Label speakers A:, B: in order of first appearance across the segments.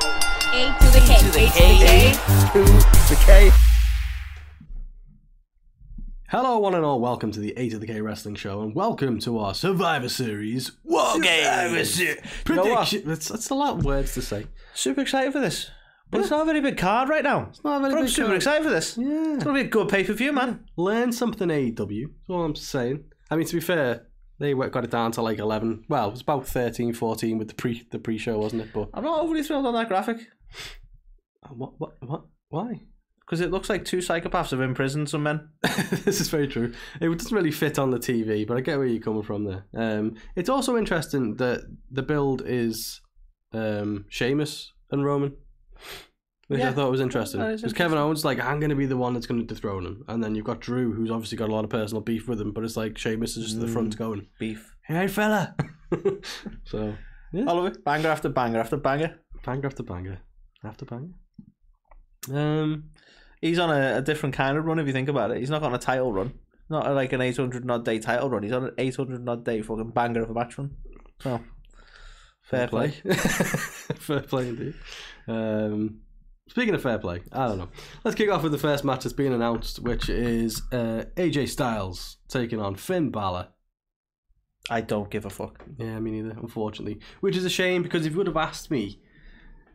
A: A to the K.
B: to the K.
C: to the K. Hello, one and all. Welcome to the A to the K Wrestling Show, and welcome to our Survivor Series War
B: Survivor
C: Games
B: Se-
D: You
C: prediction.
D: know what?
C: that's, that's a lot of words to say.
D: Super excited for this. But it's not a very big card right now. It's
C: not a very
D: but I'm
C: big
D: super
C: card.
D: excited for this. It's
C: Yeah,
D: going to be a good pay per view, man.
C: learn something AEW. That's all I'm saying. I mean, to be fair, they went- got it down to like eleven. Well, it was about 13, 14 with the pre the pre show, wasn't it? But uh,
D: I'm not overly thrilled on that graphic
C: what what what why?
D: because it looks like two psychopaths have imprisoned some men.
C: this is very true. It doesn't really fit on the TV, but I get where you're coming from there. Um, it's also interesting that the build is um, Sheamus and Roman, which I
D: Yeah.
C: thought was interesting.
D: That is
C: Because
D: interesting.
C: Kevin Owens is like, I'm going to be the one that's going to dethrone him. And then you've got Drew, who's obviously got a lot of personal beef with him, but it's like Sheamus is just at the front
D: Mm.
C: going,
D: Beef.
C: Hey, fella! so,
D: I love it. Banger after banger after banger.
C: banger after banger. After banger. Um,
D: He's on a, a different kind of run if you think about it. He's not on a title run. Not like an 800 and odd day title run. He's on an 800 and odd day fucking banger of a match run. So, fair play.
C: fair play indeed. Um, speaking of fair play, I don't know. Let's kick off with the first match that's been announced, which is uh, AJ Styles taking on Finn Balor.
D: I don't give a fuck.
C: Yeah, me neither, unfortunately. Which is a shame because if you would have asked me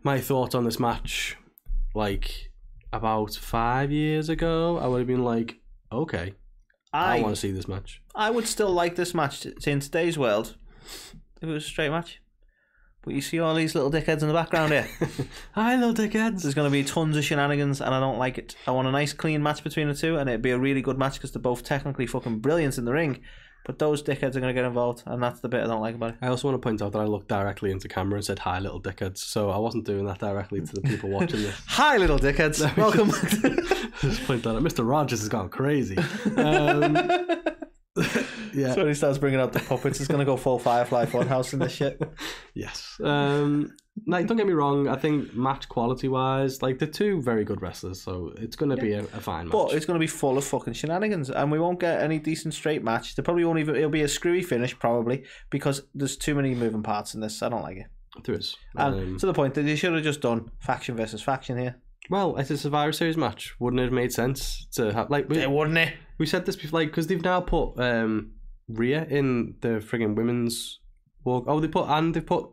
C: my thoughts on this match, like about five years ago, I would have been like, okay, I,
D: I
C: want to see this match.
D: I would still like this match t- in today's world if it was a straight match. But you see all these little dickheads in the background here.
C: Hi, little dickheads.
D: There's going to be tons of shenanigans, and I don't like it. I want a nice, clean match between the two, and it'd be a really good match because they're both technically fucking brilliant in the ring. But those dickheads are going to get involved, and that's the bit I don't like about it.
C: I also want to point out that I looked directly into camera and said, "Hi, little dickheads." So I wasn't doing that directly to the people watching this.
D: Hi, little dickheads. Welcome.
C: Just point that out. Mr. Rogers has gone crazy. Um, yeah.
D: so when he starts bringing out the puppets, it's going to go full Firefly Funhouse in this shit.
C: Yes. Um, like, don't get me wrong. I think match quality wise, like they're two very good wrestlers, so it's going to be a, a fine match.
D: But it's going to be full of fucking shenanigans, and we won't get any decent straight match. There probably won't even. It'll be a screwy finish probably because there's too many moving parts in this. I don't like it,
C: there is.
D: and
C: Um,
D: to the point that they should have just done faction versus faction here.
C: well, it's a Survivor Series match. Wouldn't it have made sense to have like we,
D: It wouldn't it?
C: we said this before, like because they've now put um, Rhea in the frigging women's walk. Oh, they put and they put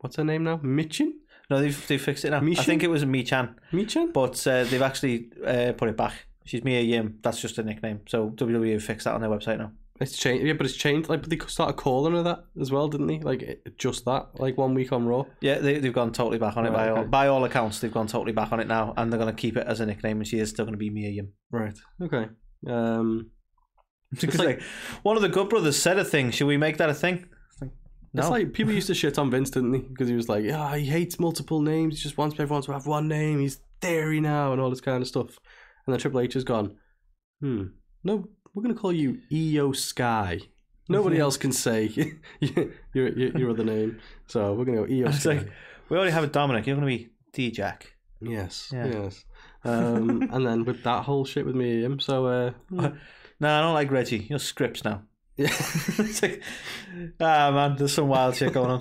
C: what's her name now? Michin.
D: No, they've they fixed it now. I
C: Mishin?
D: think it was Mi Chan,
C: Michin.
D: but uh, they've actually uh, put it back. She's Mia Yim. That's just a nickname. So WWE have fixed that on their website now.
C: It's changed, yeah, but it's changed. Like, but they started calling her that as well, didn't they? Like, it- just that, like one week on Raw.
D: Yeah, they, they've gone totally back on it
C: Right,
D: by all
C: okay.
D: by all accounts. They've gone totally back on it now, and they're going to keep it as a nickname. And she is still going to be Mia Yim.
C: Right. Okay. Um,
D: Because like, one of the good brothers said a thing. Should we make that a thing?
C: it's
D: No.
C: like people used to shit on Vince, didn't they? Because he was like, "Yeah, he hates multiple names. He just wants everyone to have one name. He's theory now and all this kind of stuff." And then Triple H has gone, "Hmm, no, we're gonna call you EO Sky.
D: Mm-hmm.
C: Nobody else can say your, your your other name, so we're gonna go EO
D: It's
C: Sky."
D: like we already have a Dominic. You're going to be D Jack.
C: yes,
D: Yeah.
C: yes. Um, and then with that whole shit with me and him, so uh, hmm.
D: No, I don't like Reggie. You're scripts now. it's like, ah man, there's some wild shit going on.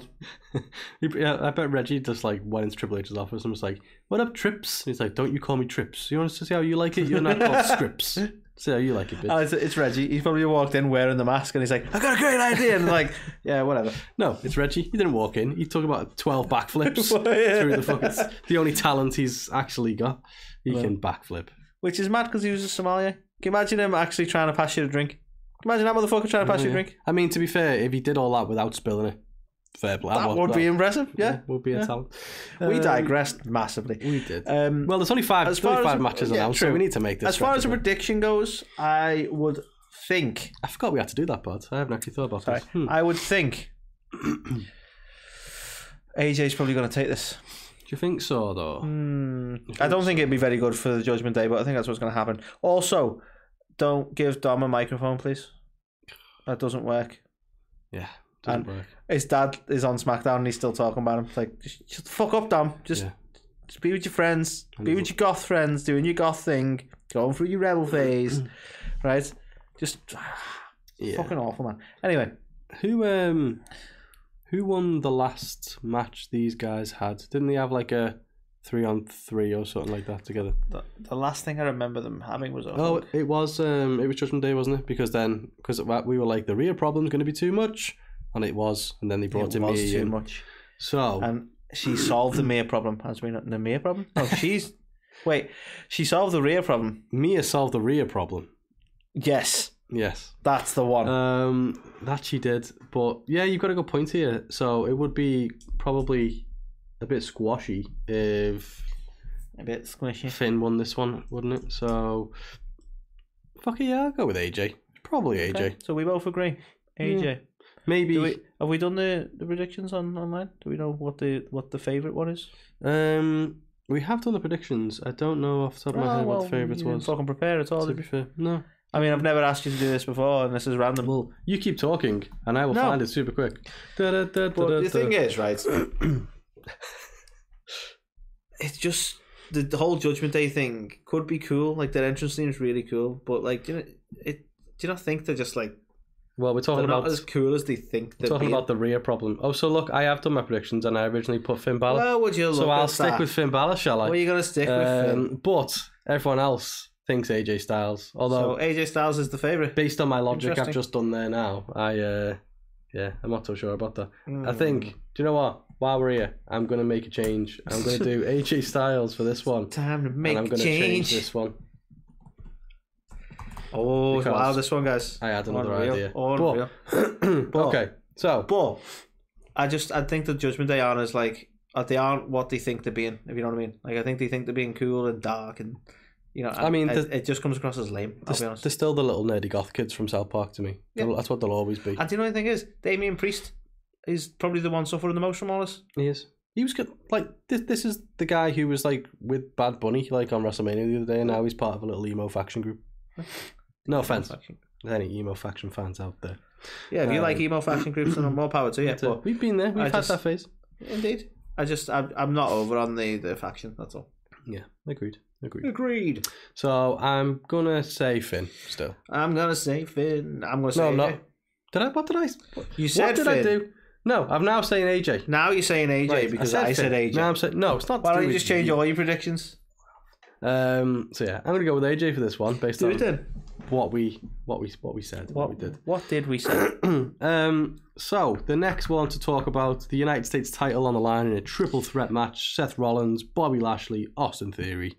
C: He- Yeah, I bet Reggie just like went into Triple H's office and was like, "What up, Trips?" And he's like, "Don't you call me Trips. You want us to see how you like it? You're not called Scripps. See how you like it,
D: Oh,
C: bitch."
D: it's, it's Reggie. He's probably walked in wearing the mask, and he's like, "I got a great idea," and like, yeah, whatever.
C: No, it's Reggie. He didn't walk in. He took about twelve backflips
D: Yeah.
C: through the fucking. The only talent he's actually got, he can backflip.
D: Which is mad because he was a Somalia. Can you imagine him actually trying to pass you a drink? Can you imagine that motherfucker trying to pass you a drink?
C: I mean, to be fair, if he did all that without spilling it, fair play.
D: That would be impressive. Yeah,
C: would be a talent.
D: we
C: Um,
D: digressed massively.
C: We did.
D: Um,
C: well, there's only five. There's
D: as far
C: only
D: as-
C: five matches
D: yeah,
C: announced, so
D: true.
C: we need to make this.
D: as far as a
C: stretch, isn't it?
D: prediction goes, I would think.
C: I forgot we had to do that, part. I haven't actually thought about
D: Sorry,
C: this. Hmm.
D: I would think. AJ's probably going to take this.
C: Do you think so, though? Hmm,
D: I don't think it'd be very good for the Judgment Day, but I think that's what's going to happen. Also, don't give Dom a microphone, please. That doesn't work.
C: Yeah, doesn't
D: And-
C: work.
D: His dad is on SmackDown and he's still talking about him. It's like, just shut the fuck up, Dom. Just,
C: Yeah.
D: just be with your friends. Be with your goth friends, doing your goth thing, going through your rebel phase, right? Just ah,
C: Yeah.
D: fucking awful, man. Anyway,
C: Who um, who won the last match these guys had? Didn't they have like a three on three or something like that together.
D: The, the last thing I remember them having was a
C: Oh,
D: Hulk.
C: it was um, it was Judgment Day, wasn't it? Because then, because we were like, the real problem's going to be too much, and it was. And then they brought
D: it
C: in
D: was
C: me.
D: too
C: and-
D: much.
C: So
D: And she solved the mayor problem. Has we not the mayor problem? No, she's wait. She solved the rear problem.
C: Mia solved the Rhea problem.
D: Yes,
C: Yes,
D: that's the one.
C: um, that she did. But yeah, you've got a good point here. So it would be probably a bit squashy if
D: a bit squishy.
C: Finn won this one, wouldn't it? So fuck it, yeah, I'll go with AJ. Probably AJ.
D: Okay, so we both agree. AJ.
C: Maybe
D: Do we, have we done the, the predictions on online? Do we know what the what the favorite one is?
C: um we have done the predictions. I don't know off the top of my
D: Oh,
C: head
D: well,
C: what the favourites
D: you didn't
C: was.
D: Fucking prepare at all.
C: To
D: did
C: be
D: you?
C: fair, no.
D: I mean, I've never asked you to do this before, and this is random.
C: Well, you keep talking, and I will
D: No.
C: find it super quick.
A: But the thing is, right?
D: it's just the, the whole Judgment Day thing could be cool. Like their entrance theme is really cool, but like, do you know, it? Do you not think they're just like
C: well, we're talking
D: they're
C: about
D: not as cool as they think they're
C: talking
D: being?
C: about the rear problem. Oh, so look, I have done my predictions, and I originally put Finn Balor.
D: Well, would you look
C: so I'll
D: at
C: stick
D: that?
C: with Finn Balor, shall I?
D: What are you gonna stick with?
C: Um,
D: Finn?
C: But everyone else thinks AJ Styles. Although,
D: So AJ Styles is the favorite.
C: based on my logic I've
D: Interesting.
C: just done there now, I uh, yeah, I'm not so sure about that.
D: Hmm,
C: I think. Do you know what? While we're here, I'm gonna make a change. I'm gonna do AJ Styles for this one,
D: Time to make
C: and I'm
D: a
C: gonna
D: change.
C: change this one.
D: Oh
C: Because
D: wow, this one, guys.
C: I had another
D: Unreal.
C: idea.
D: Unreal.
C: okay, so
D: But I just I think the Judgment Day honors like uh, they aren't what they think they're being. If you know what I mean. Like I think they think they're being cool and dark and you know. I,
C: mean,
D: it,
C: the-
D: it just comes across as lame. I'll be honest.
C: they're still the little nerdy goth kids from South Park to me.
D: Yeah.
C: That's what they'll always be.
D: And do you know the thing is, Damien Priest is probably the one suffering the most from all this.
C: He is. He was good. Like this. This is the guy who was like with Bad Bunny, like on WrestleMania the other day, and now he's part of a little emo faction group. No offense, to any emo faction fans out there.
D: Yeah, if you
C: Um,
D: like emo fashion groups, then more power to you.
C: So
D: But
C: we've been there. We've
D: I
C: had
D: just-
C: that phase.
D: indeed, I just I'm, I'm not over on the the faction. That's all.
C: Yeah, agreed.
D: Hmm.
C: Agreed.
D: Agreed.
C: So I'm gonna say Finn still.
D: I'm gonna say Finn. I'm gonna say.
C: No, I'm
D: AJ.
C: not. Did I? What did I?
D: You said
C: What did I
D: Finn.
C: do? No, I'm now saying AJ.
D: Now you're saying AJ
C: Right,
D: because I said,
C: Finn.
D: AJ.
C: Now I'm saying no. It's not.
D: Why
C: to
D: don't
C: do
D: you
C: with
D: just change all your predictions?
C: Um. So yeah, I'm gonna go with AJ for this one based
D: Do
C: on
D: it then.
C: what we what we what we said what, we did.
D: What did we say?
C: Um. So the next one to talk about the United States title on the line in a triple threat match: Seth Rollins, Bobby Lashley, Austin Theory.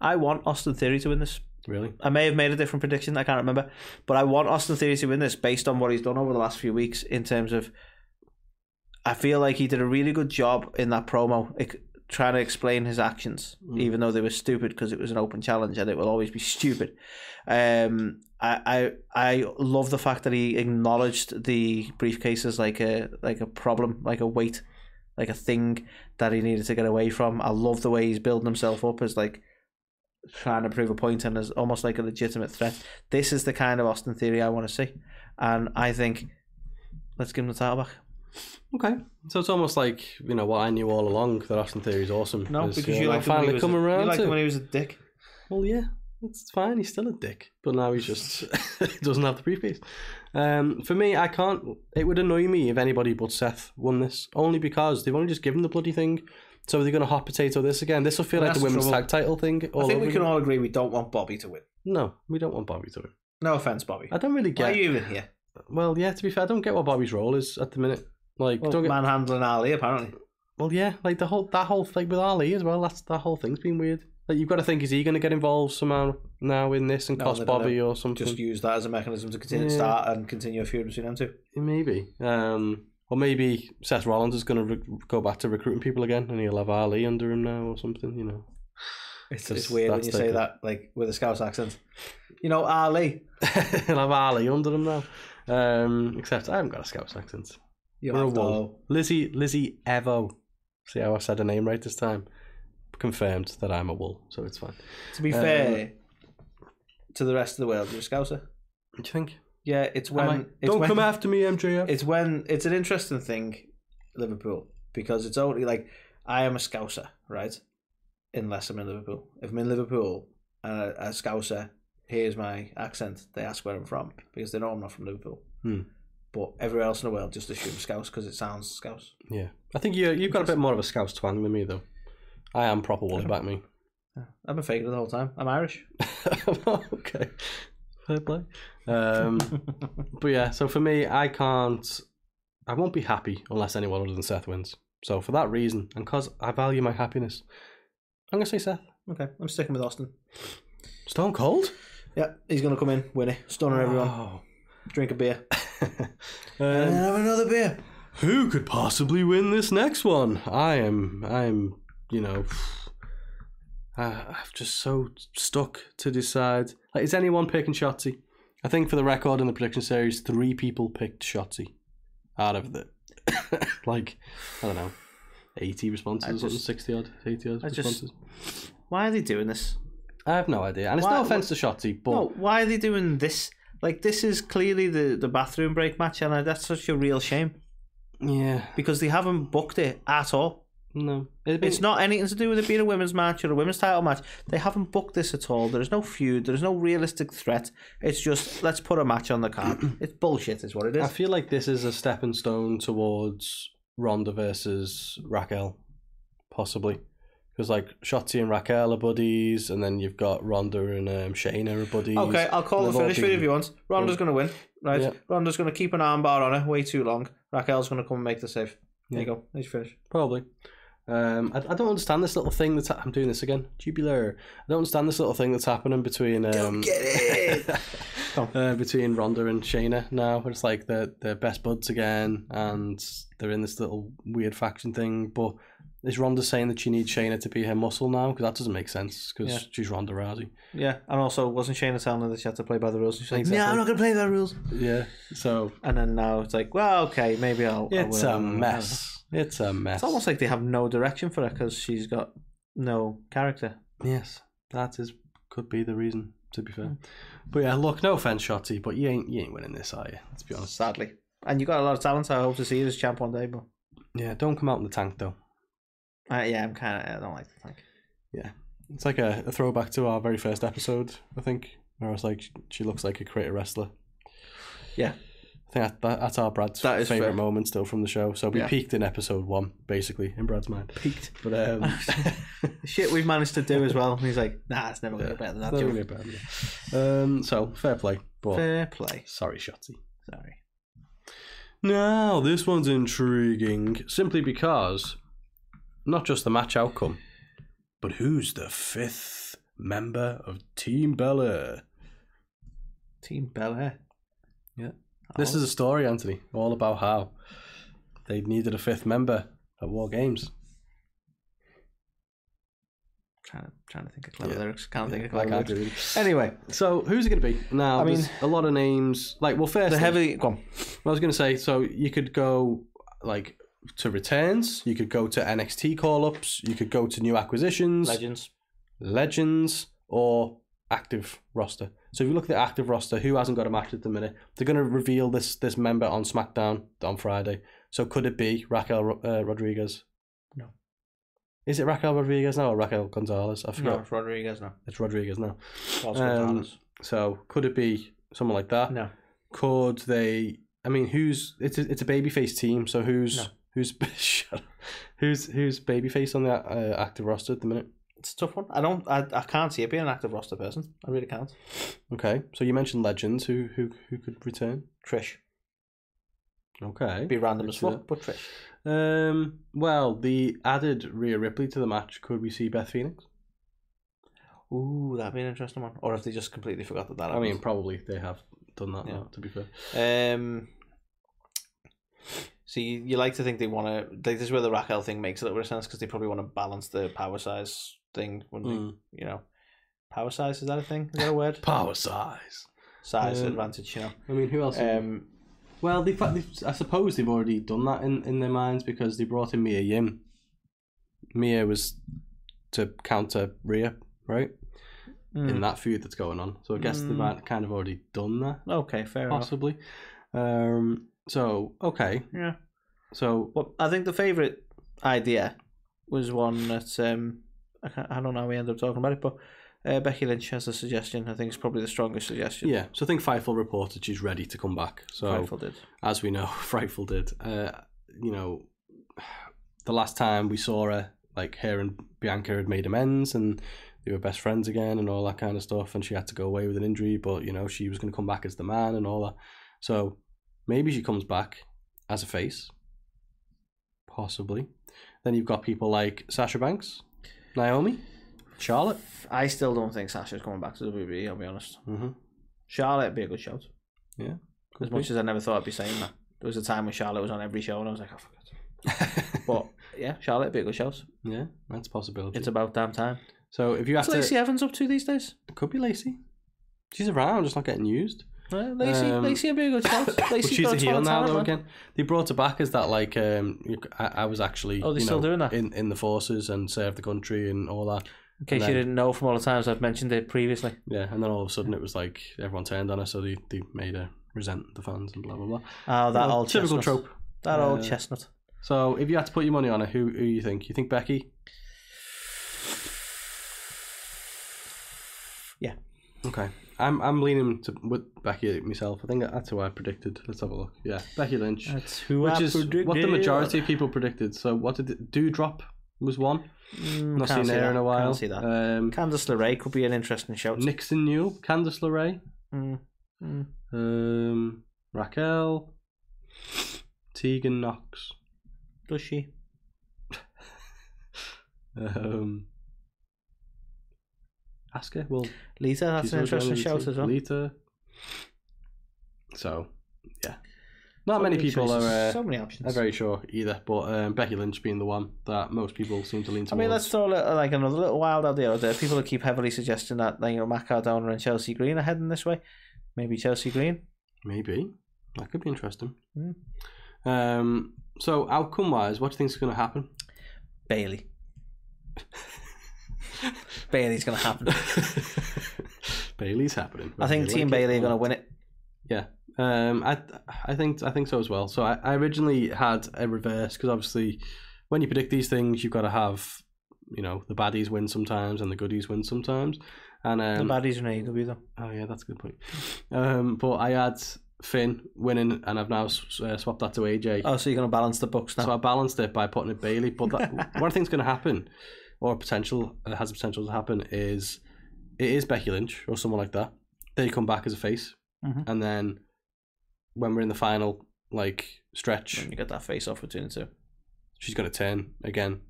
D: I want Austin Theory to win this.
C: Really?
D: I may have made a different prediction. I can't remember, but I want Austin Theory to win this based on what he's done over the last few weeks in terms of. I feel like he did a really good job in that promo, ex- trying to explain his actions, even though they were stupid because it was an open challenge and it will always be stupid. Um, I, I I love the fact that he acknowledged the briefcase as like a like a problem, like a weight, like a thing that he needed to get away from. I love the way he's building himself up as like trying to prove a point and is almost like a legitimate threat. This is the kind of Austin Theory I want to see, and I think let's give him the title back.
C: Okay. So it's almost like you know what I knew all along that Austin Theory is awesome. uh, I
D: him when he
C: finally
D: was
C: come
D: a,
C: around.
D: You liked
C: to
D: him
C: it.
D: when he was a dick.
C: Well, yeah, that's fine. He's still a dick, but now he's just doesn't have the briefcase. Um, for me, I can't. It would annoy me if anybody but Seth won this, only because they've only just given the bloody thing. So they're going to hot potato this again. This will feel
D: Well,
C: like the
D: that's the
C: women's
D: trouble.
C: tag title thing. All
D: I think
C: over
D: we can
C: again.
D: all agree we don't want Bobby to win.
C: No, we don't want Bobby to win.
D: No offense, Bobby.
C: I don't really
D: Why are
C: get.
D: you even here?
C: Well, yeah. To be fair, I don't get what Bobby's role is at the minute. Like,
D: Well,
C: don't get.
D: manhandling Ali apparently.
C: Well, yeah, like the whole that whole thing with Ali as well. That's that whole thing's been weird. Like, you've got to think: is he going to get involved somehow now in this and
D: No,
C: cost
D: they don't
C: Bobby
D: know.
C: or something?
D: Just use that as a mechanism to continue
C: Yeah.
D: start and continue a feud between them two.
C: Maybe. Um, or maybe Seth Rollins is going to re- go back to recruiting people again and he'll have Ali under him now or something, you know.
D: It's,
C: Just-
D: it's weird when
C: that's
D: you say
C: like a-
D: that like with a Scouse accent. You know Ali.
C: he'll have Ali under him now. Um, except I haven't got a Scouse accent.
D: You
C: We're a
D: have to
C: one. Lizzie, Lizzie Evo. See how I said her name right this time? Confirmed that I'm a wool, so it's fine.
D: To be
C: Um,
D: fair to the rest of the world, you're a Scouser.
C: What do you think?
D: Yeah, it's
C: Am
D: when
C: I-
D: it's
C: don't
D: when,
C: come after me, MJF.
D: It's when it's an interesting thing, Liverpool, because it's only like I am a Scouser, right? Unless I'm in Liverpool. If I'm in Liverpool and a, a Scouser hears my accent, they ask where I'm from because they know I'm not from Liverpool.
C: Hmm.
D: But everywhere else in the world just assumes Scouse because it sounds Scouse.
C: yeah. I think you, you've got a bit more of a Scouse twang than me, though. I am proper Wally back me.
D: I've been faking it the whole time. I'm Irish.
C: okay. Fair play. Um, but yeah, so for me, I can't. I won't be happy unless anyone other than Seth wins. So for that reason, and because I value my happiness, I'm gonna say Seth.
D: Okay, I'm sticking with Austin.
C: Stone Cold.
D: Yeah, he's gonna come in, win it, stunner everyone,
C: Oh.
D: drink a beer, and
C: Um,
D: have another beer.
C: who could possibly win this next one? I am. I am. You know. I, I'm just so stuck to decide. Like, is anyone picking Shotzi? I think for the record in the prediction series, three people picked Shotzi out of the like I don't know, eighty responses or something,
D: just-
C: sixty odd, eighty odd
D: I just-
C: responses.
D: Why are they doing this?
C: I have no idea, and it's
D: Why-
C: no offense to Shotzi, but
D: No, why are they doing this? Like this is clearly the the bathroom break match, and I, that's such a real shame
C: yeah,
D: because they haven't booked it at all.
C: no, it'd be-
D: It's not anything to do with it being a women's match or a women's title match. They haven't booked this at all. There's no feud. There's no realistic threat. It's just let's put a match on the card. it's bullshit, is what it
C: I
D: is.
C: feel like this is a stepping stone towards Ronda versus Raquel, possibly. Because like Shotzi and Raquel are buddies, and then you've got Ronda and um, Shayna are buddies.
D: Okay, I'll call
C: And
D: the
C: they've all
D: finish for you
C: been-
D: if you want. Ronda's going to win, right?
C: Yeah.
D: Ronda's going to keep an armbar on her way too long. Raquel's going to come and make the save. There you go. There's your finish.
C: Probably. Um, I, I don't understand this little thing that's. I'm doing this again. Jubilar. I don't understand this little thing that's happening between. Um, uh, between Ronda and Shayna now. It's like they're, they're best buds again and they're in this little weird faction thing. But is Ronda saying that she needs Shayna to be her muscle now? Because that doesn't make sense because
D: Yeah.
C: she's Ronda Rousey.
D: Yeah, and also wasn't Shayna telling her that she had to play by the rules? She's like,
C: Exactly.
D: no, I'm not going to play by the rules.
C: Yeah. So
D: And then now it's like, well, okay, maybe I'll. I
C: it's
D: will. uh,
C: a mess. It's a mess.
D: It's almost like they have no direction for her because she's got no character.
C: Yes, that is could be the reason. To be fair, but yeah, look, no offense, Shotty, but you ain't you ain't winning this, are you? Let's be honest.
D: Sadly. And you got a lot of talent, so I hope to see you as champ one day. But
C: Yeah, don't come out in the tank though.
D: uh, yeah, I'm kind of I don't like the tank.
C: Yeah. It's like a, a throwback to our very first episode, I think, where I was like, she looks like a creative wrestler.
D: Yeah.
C: I think that, that, that's our Brad's
D: That is
C: favourite
D: fair.
C: moment still from the show. So we
D: Yeah.
C: peaked in episode one, basically, in Brad's mind. Peaked. But um,
D: The shit we've managed to do as well. And he's like, nah, it's never gonna get better than that.
C: not
D: Joe."
C: really bad. Um, so, fair play. But
D: Fair play.
C: sorry, Shotty.
D: Sorry.
C: Now, this one's intriguing simply because not just the match outcome, but who's the fifth member of Team Bella?
D: Team Bel Air.
C: Yeah. This
D: Oh.
C: is a story, Anthony, all about how they needed a fifth member at War Games.
D: Trying to trying to think of clever
C: Yeah.
D: lyrics. Can't think of
C: Like
D: clever
C: I
D: lyrics.
C: do.
D: Anyway,
C: So, who's it going to be? Now, I
D: I mean-
C: mean, a lot of names. Like, well, first,
D: the heavy go on.
C: I was going to say, so you could go like to returns, you could go to NXT call ups, you could go to new acquisitions,
D: Legends.
C: legends, or active roster. So, if you look at the active roster, who hasn't got a match at the minute? They're going to reveal this this member on SmackDown on Friday. So, could it be Raquel Ro- uh, Rodriguez?
D: No.
C: Is it Raquel Rodriguez now or Raquel Gonzalez? I forgot.
D: No, it's Rodriguez no.
C: It's Rodriguez now.
D: Charles
C: Um,
D: Gonzalez.
C: So could it be someone like that?
D: No.
C: Could they? I mean, who's? It's a, it's a babyface team. So who's
D: No.
C: who's shut up. who's who's babyface on the uh, active roster at the minute?
D: It's a tough one. I don't I, I can't see it being an active roster person. I really can't.
C: Okay, so you mentioned legends. Who who who could return?
D: Trish.
C: Okay.
D: Be random
C: Good
D: as
C: to
D: fuck, but Trish.
C: know. Um. Well, the added Rhea Ripley to the match. Could we see Beth Phoenix?
D: Ooh, that'd be an interesting one. Or if they just completely forgot that that
C: I mean,
D: happened.
C: probably they have done that
D: Yeah.
C: now. To be fair.
D: Um, so you, you like to think they want to like this is where the Raquel thing makes a little bit of sense because they probably want to balance the power size thing when they
C: Mm.
D: you know power size is that a thing is that a word
C: Power size. Uh,
D: size
C: Um,
D: advantage you know
C: I mean, who else?
D: um
C: Well, they, they I suppose they've already done that in, in their minds because they brought in Mia Yim. Mia was to counter Rhea, right?
D: Hmm.
C: In that feud that's going on. So I guess they've had- kind of already done that,
D: okay fair enough
C: possibly. Um, so, okay.
D: yeah
C: So,
D: well I think the favorite idea was one that um I, can't, I don't know how we ended up talking about it but uh, Becky Lynch has a suggestion I think it's probably the strongest suggestion
C: yeah. So I think Fightful reported she's ready to come back. So,
D: Fightful did
C: as we know, Frightful did. Uh, you know, the last time we saw her, like her and Bianca had made amends and they were best friends again and all that kind of stuff. And she had to go away with an injury, but you know she was going to come back as the man and all that. So maybe she comes back as a face, possibly. Then you've got people like Sasha Banks, Naomi, Charlotte.
D: I still don't think Sasha's coming back to WWE. I'll be honest.
C: Mm-hmm.
D: Charlotte would be a good shout.
C: Yeah,
D: As much as I never thought I'd be saying that, there was a time when Charlotte was on every show, and I was like, I forgot. but yeah, Charlotte would be a good shout.
C: Yeah, that's a possibility.
D: It's about damn time.
C: so if you have
D: What's
C: to,
D: Lacey Evans up to these days?
C: it could be Lacey. She's around, just not getting used.
D: Uh, Lacey,
C: Um,
D: Lacey would be a good shout.
C: But
D: Lacey's
C: she's
D: got
C: a
D: ton
C: heel
D: of
C: now
D: talent,
C: though
D: man.
C: again. They brought her back as that like um you- I, I was actually
D: Oh, they're
C: you
D: still
C: know,
D: doing that?
C: in in the forces and served the country and all that.
D: In case
C: then-
D: you didn't know from all the times I've mentioned it previously.
C: Yeah, and then all of a sudden it was like everyone turned on her, so they, they made her resent the fans and blah blah blah.
D: Oh, that
C: You know,
D: old
C: typical
D: chestnut.
C: trope.
D: That
C: Uh,
D: old chestnut.
C: So if you had to put your money on her, who who you think? You think Becky?
D: Yeah.
C: Okay. I'm I'm leaning to with Becky myself. I think that's who I predicted. Let's have a look. Yeah, Becky Lynch.
D: That's who
C: which
D: I
C: is what the
D: predicted.
C: majority of people predicted. So what did it, Dewdrop was one?
D: Mm,
C: Not
D: can't
C: seen
D: see
C: her
D: that.
C: in a while.
D: Can't see that.
C: Um,
D: Candice LeRae could be an interesting shout.
C: Nixon Newell, Candice LeRae,
D: Mm. Mm.
C: um, Raquel, Tegan Knox.
D: Does she?
C: Um, Asuka. Well,
D: Lita, that's
C: she's
D: an
C: already on
D: interesting
C: the
D: shout
C: team.
D: as well.
C: Lita. So, yeah, not many people are. Uh,
D: so many options.
C: are very sure either, but um, Becky Lynch being the one that most people seem to lean
D: I
C: towards.
D: mean, let's throw a little, like another little wild idea out there. People that keep heavily suggesting that like, you know Matt Cardona and Chelsea Green are heading this way. Maybe Chelsea Green.
C: Maybe that could be interesting.
D: Hmm.
C: Um, so outcome wise, what do you think is going to happen?
D: Bailey. Bailey's gonna happen.
C: Bailey's happening.
D: I think
C: Whether you
D: Team
C: like it Um,
D: Bailey are
C: or
D: gonna
C: not.
D: win it.
C: Yeah. Um, I I think I think so as well. So I, I originally had a reverse because obviously when you predict these things, you've got to have you know the baddies win sometimes and the goodies win sometimes. And um,
D: the baddies in AEW though.
C: Oh yeah, that's a good point. Um, but I had Finn winning, and I've now s- uh, swapped that to AJ.
D: Oh, so you're gonna balance the books now.
C: So I balanced it by putting it Bailey. But that, one thing's going to happen, or potential uh, has the potential to happen, is it is Becky Lynch or someone like that. They come back as a face,
D: Mhm.
C: and then when we're in the final like stretch,
D: When you get that face off between the two.
C: she's going to turn again,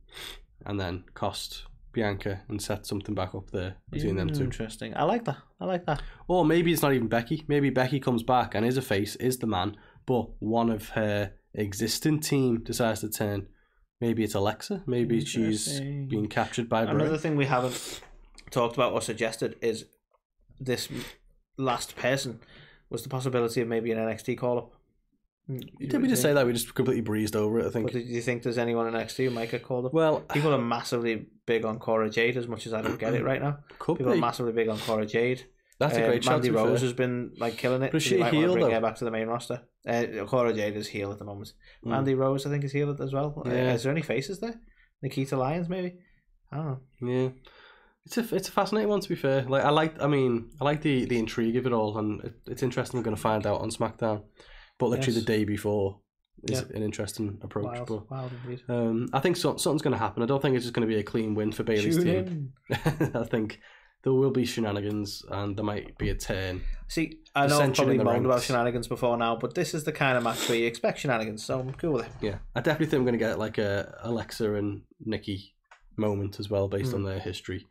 C: and then cost Bianca and set something back up there between them two.
D: Interesting. I like that. I like that.
C: Or maybe it's not even Becky. Maybe Becky comes back and is a face, is the man, but one of her existing team decides to turn. Maybe it's Alexa. Maybe she's
D: Interesting.
C: being captured by Bray.
D: Another thing we haven't talked about or suggested is this last person was the possibility of maybe an NXT call up.
C: Did we just say that? We just completely breezed over it, I
D: But
C: think.
D: do you think there's anyone in NXT who might get called up?
C: Well,
D: People are massively big on Cora Jade, as much as I don't get it right now.
C: could
D: People are
C: be.
D: massively big on Cora Jade.
C: That's a
D: Um,
C: great shout.
D: Mandy
C: to be
D: Rose
C: fair.
D: has been like killing it.
C: But is
D: so
C: she
D: they might wanna
C: heel,
D: bring
C: though?
D: her back to the main roster. Uh, Cora Jade is heel at the moment.
C: Mm,
D: Mandy Rose, I think, is heel as well. Uh,
C: Hmm. Yeah.
D: is there any faces there? Nikita Lyons, maybe. I don't know.
C: Yeah. It's a, it's a fascinating one to be fair. Like I like I mean I like the, the intrigue of it all, and it, it's interesting. We're going to find out on SmackDown, but literally
D: Yes.
C: the day before is
D: Yeah.
C: an interesting approach.
D: Wild,
C: But
D: wild indeed.
C: Um, I think so- something's going to happen. I don't think it's just going to be a clean win for Bailey's
D: Tune
C: team.
D: in.
C: I think there will be shenanigans and there might be a turn.
D: See, I know I've
C: Dissension
D: probably
C: in the
D: moaned about
C: ranks.
D: shenanigans before now, but this is the kind of match where you expect shenanigans, so I'm cool with it.
C: Yeah, I definitely think we're going to get like a Alexa and Nikki moment as well, based on their history.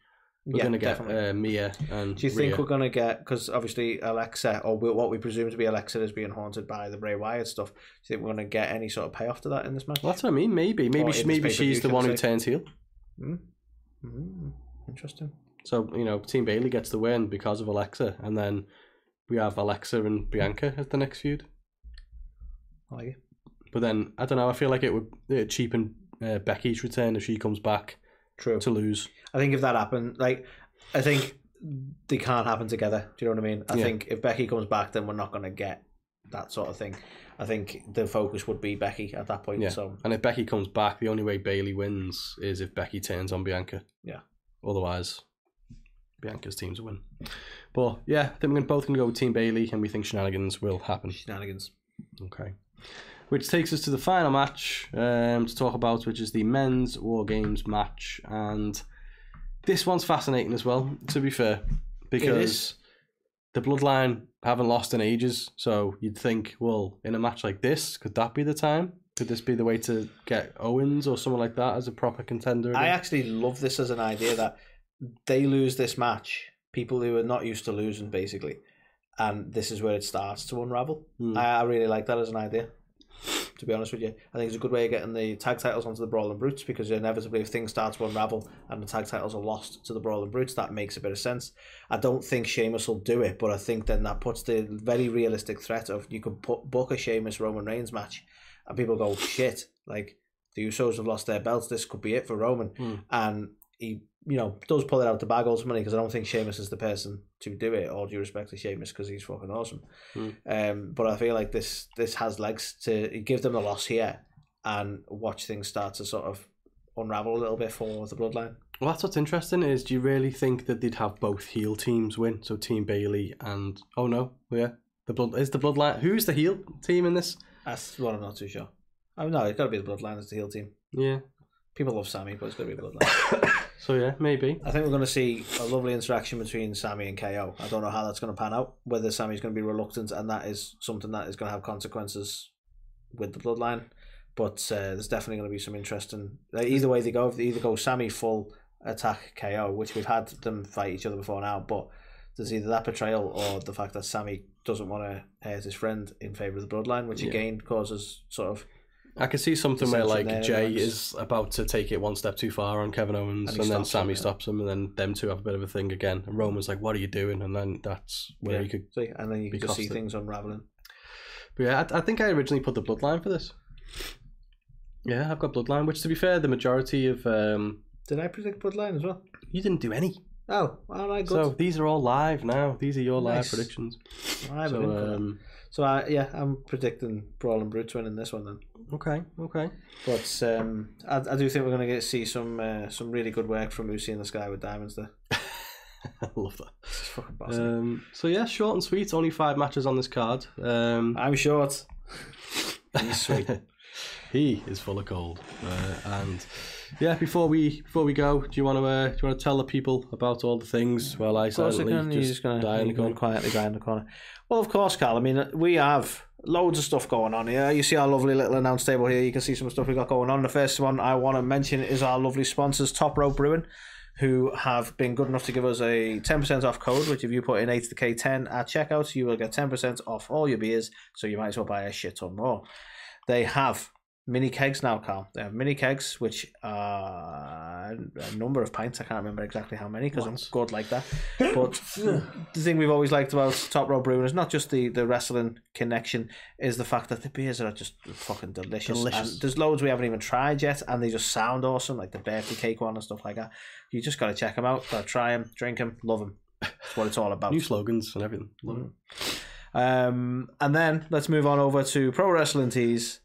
C: We're
D: Hmm. yeah,
C: going to get
D: definitely.
C: uh, Mia and
D: Do you think
C: Rhea.
D: we're going to get, because obviously Alexa, or we- what we presume to be Alexa, is being haunted by the Bray Wyatt stuff. Do you think we're going to get any sort of payoff to that in this match?
C: Well, that's what I mean. Maybe, maybe
D: in
C: she,
D: this
C: maybe
D: pay-per-view,
C: she's the
D: should I
C: one who
D: say?
C: turns heel.
D: Mm, Hmm? interesting.
C: So you know, Team Bailey gets the win because of Alexa, and then we have Alexa and Bianca as the next feud.
D: I like it.
C: But then I don't know. I feel like it would it cheapen uh, Becky's return if she comes back
D: True.
C: to lose.
D: I think if that happened, like, I think they can't happen together. Do you know what I mean? I
C: Yeah.
D: think if Becky comes back, then we're not going to get that sort of thing. I think the focus would be Becky at that point.
C: Yeah.
D: So
C: And if Becky comes back, the only way Bailey wins is if Becky turns on Bianca.
D: Yeah.
C: Otherwise, Bianca's teams win. But yeah, I think we're both going to go with Team Bailey, and we think shenanigans will happen.
D: shenanigans.
C: Okay. Which takes us to the final match um, to talk about, which is the men's War Games match. And this one's fascinating as well, to be fair, because the Bloodline haven't lost in ages. So you'd think, well, in a match like this, could that be the time? Could this be the way to get Owens or someone like that as a proper contender?
D: I
C: again?
D: actually love this as an idea that they lose this match, people who are not used to losing, basically, and this is where it starts to unravel. I, I really like that as an idea. To be honest with you, I think it's a good way of getting the tag titles onto the Brawling Brutes because inevitably, if things start to unravel and the tag titles are lost to the Brawling Brutes, that makes a bit of sense. I don't think Sheamus will do it, but I think then that puts the very realistic threat of you could put, book a Sheamus Roman Reigns match and people go, shit, like the Usos have lost their belts. This could be it for Roman. And he, you know, does pull it out the bag ultimately because I don't think Sheamus is the person to do it. All due respect to Sheamus because he's fucking awesome. Um, but I feel like this this has legs to give them the loss here and watch things start to sort of unravel a little bit for the bloodline.
C: Well, that's what's interesting is do you really think that they'd have both heel teams win? So Team Bailey and oh no, yeah, the blood is the bloodline. Who's the heel team in this?
D: That's what I'm not too sure. Oh no, it's got to be the bloodline as the heel team.
C: Yeah.
D: People love Sammy, but it's got to be the bloodline.
C: So yeah, maybe.
D: I think we're going to see a lovely interaction between Sammy and KO. I don't know how that's going to pan out. Whether Sammy's going to be reluctant, and that is something that is going to have consequences with the bloodline. But uh, there's definitely going to be some interesting. Like, either way they go, if they either go Sammy full attack KO, which we've had them fight each other before now. But there's either that betrayal or the fact that Sammy doesn't want to hurt his friend in favor of the bloodline, which again causes sort of
C: I could see something where
D: Dissension there,
C: like Jay
D: relax.
C: is about to take it one step too far on Kevin Owens,
D: And
C: and,
D: he
C: then
D: stops him,
C: Sammy
D: yeah.
C: stops him, and then them two have a bit of a thing again. And Roman's like, "What are you doing?" And then that's where
D: yeah,
C: you could.
D: see, and then you
C: be
D: can just see
C: costed.
D: things unraveling.
C: But yeah, I, I think I originally put the Bloodline for this. Yeah, I've got Bloodline, which to be fair, the majority of um,
D: Did I predict bloodline as well?
C: you didn't do any.
D: Oh, all right, good.
C: So these are all live now. These are your
D: Nice.
C: live predictions.
D: I haven't been
C: So
D: good at
C: um,
D: So I, yeah, I'm predicting Brawling Brutes winning this one then.
C: okay, okay.
D: But um, I, I do think we're going to get see some uh, some really good work from Usi in the Sky with Diamonds there.
C: I love that.
D: It's fucking bossy.
C: Um, so yeah, short and sweet. Only five matches on this card. Um,
D: I'm short. He's sweet.
C: he is full of gold. Uh, and yeah, before we before we go, do you want to uh, do you want to tell the people about all the things? Well, I certainly just, die in the corner.
D: quietly die in the corner. Well, of course, Carl. I mean, we have loads of stuff going on here. You see our lovely little announce table here. You can see some stuff we got going on. The first one I want to mention is our lovely sponsors, Top Row Brewing, who have been good enough to give us a 10% off code, which if you put in 8K10 at checkout, you will get 10% off all your beers, so you might as well buy a shit ton more. They have mini kegs now, Carl. They have mini kegs, which are a number of pints. I can't remember exactly how many because I'm good like that. But the thing we've always liked about Top Row Brewing is not just the, the wrestling connection, is the fact that the beers are just fucking delicious.
C: Delicious.
D: And there's loads we haven't even tried yet, and they just sound awesome, like the birthday cake one and stuff like that. You just got to check them out, got to try them, drink them, love them. That's what it's all about.
C: New slogans and everything. Love it.
D: Um, and then let's move on over to Pro Wrestling Tees.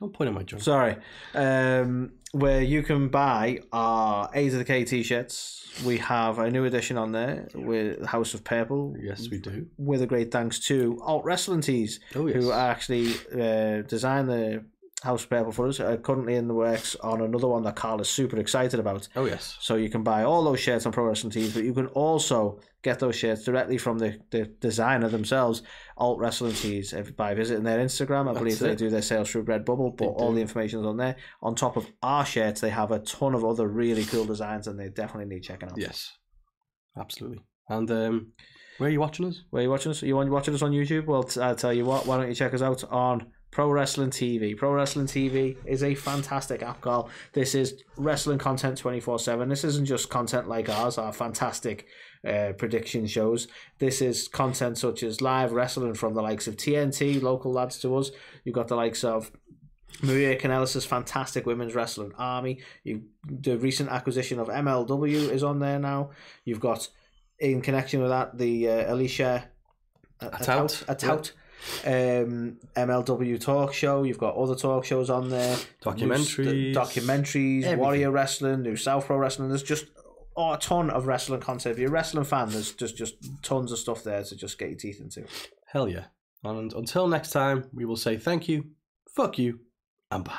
C: Don't point at my junk.
D: sorry, um, where you can buy our A to the K t-shirts. We have a new edition on there with House of Purple,
C: yes, we do.
D: with a great thanks to Alt Wrestling Tees,
C: Oh, yes.
D: who actually uh, designed the House of Purple for us. Are currently in the works on another one that Carl is super excited about.
C: Oh yes.
D: So you can buy all those shirts on Pro Wrestling Tees, but you can also get those shirts directly from the, the designer themselves, Alt Wrestling Tees, if- by visiting their Instagram. I believe they
C: it.
D: do their sales through Redbubble, but all the information is on there. On top of our shirts, they have a ton of other really cool designs, and they definitely need checking out.
C: Yes. Absolutely. And um, where are you watching us?
D: Where are you watching us? Are you on- watching us on YouTube? Well, t- I tell you what, why don't you check us out on Pro Wrestling TV? Pro Wrestling TV is a fantastic app, Carl. This is wrestling content 24 7. This isn't just content like ours, our fantastic uh, prediction shows. This is content such as live wrestling from the likes of TNT, local lads to us. You've got the likes of Maria Canellis' fantastic women's wrestling army. You, the recent acquisition of MLW is on there now. You've got, in connection with that, the uh, Alicia
C: Atout.
D: a tout. Um, MLW talk show. You've got other talk shows on there.
C: Documentaries.
D: Loose- documentaries, Warrior Wrestling, New South Pro Wrestling. There's just a ton of wrestling content. If you're a wrestling fan, there's just just tons of stuff there to just get your teeth into.
C: Hell yeah. And until next time, we will say thank you, fuck you, and bye.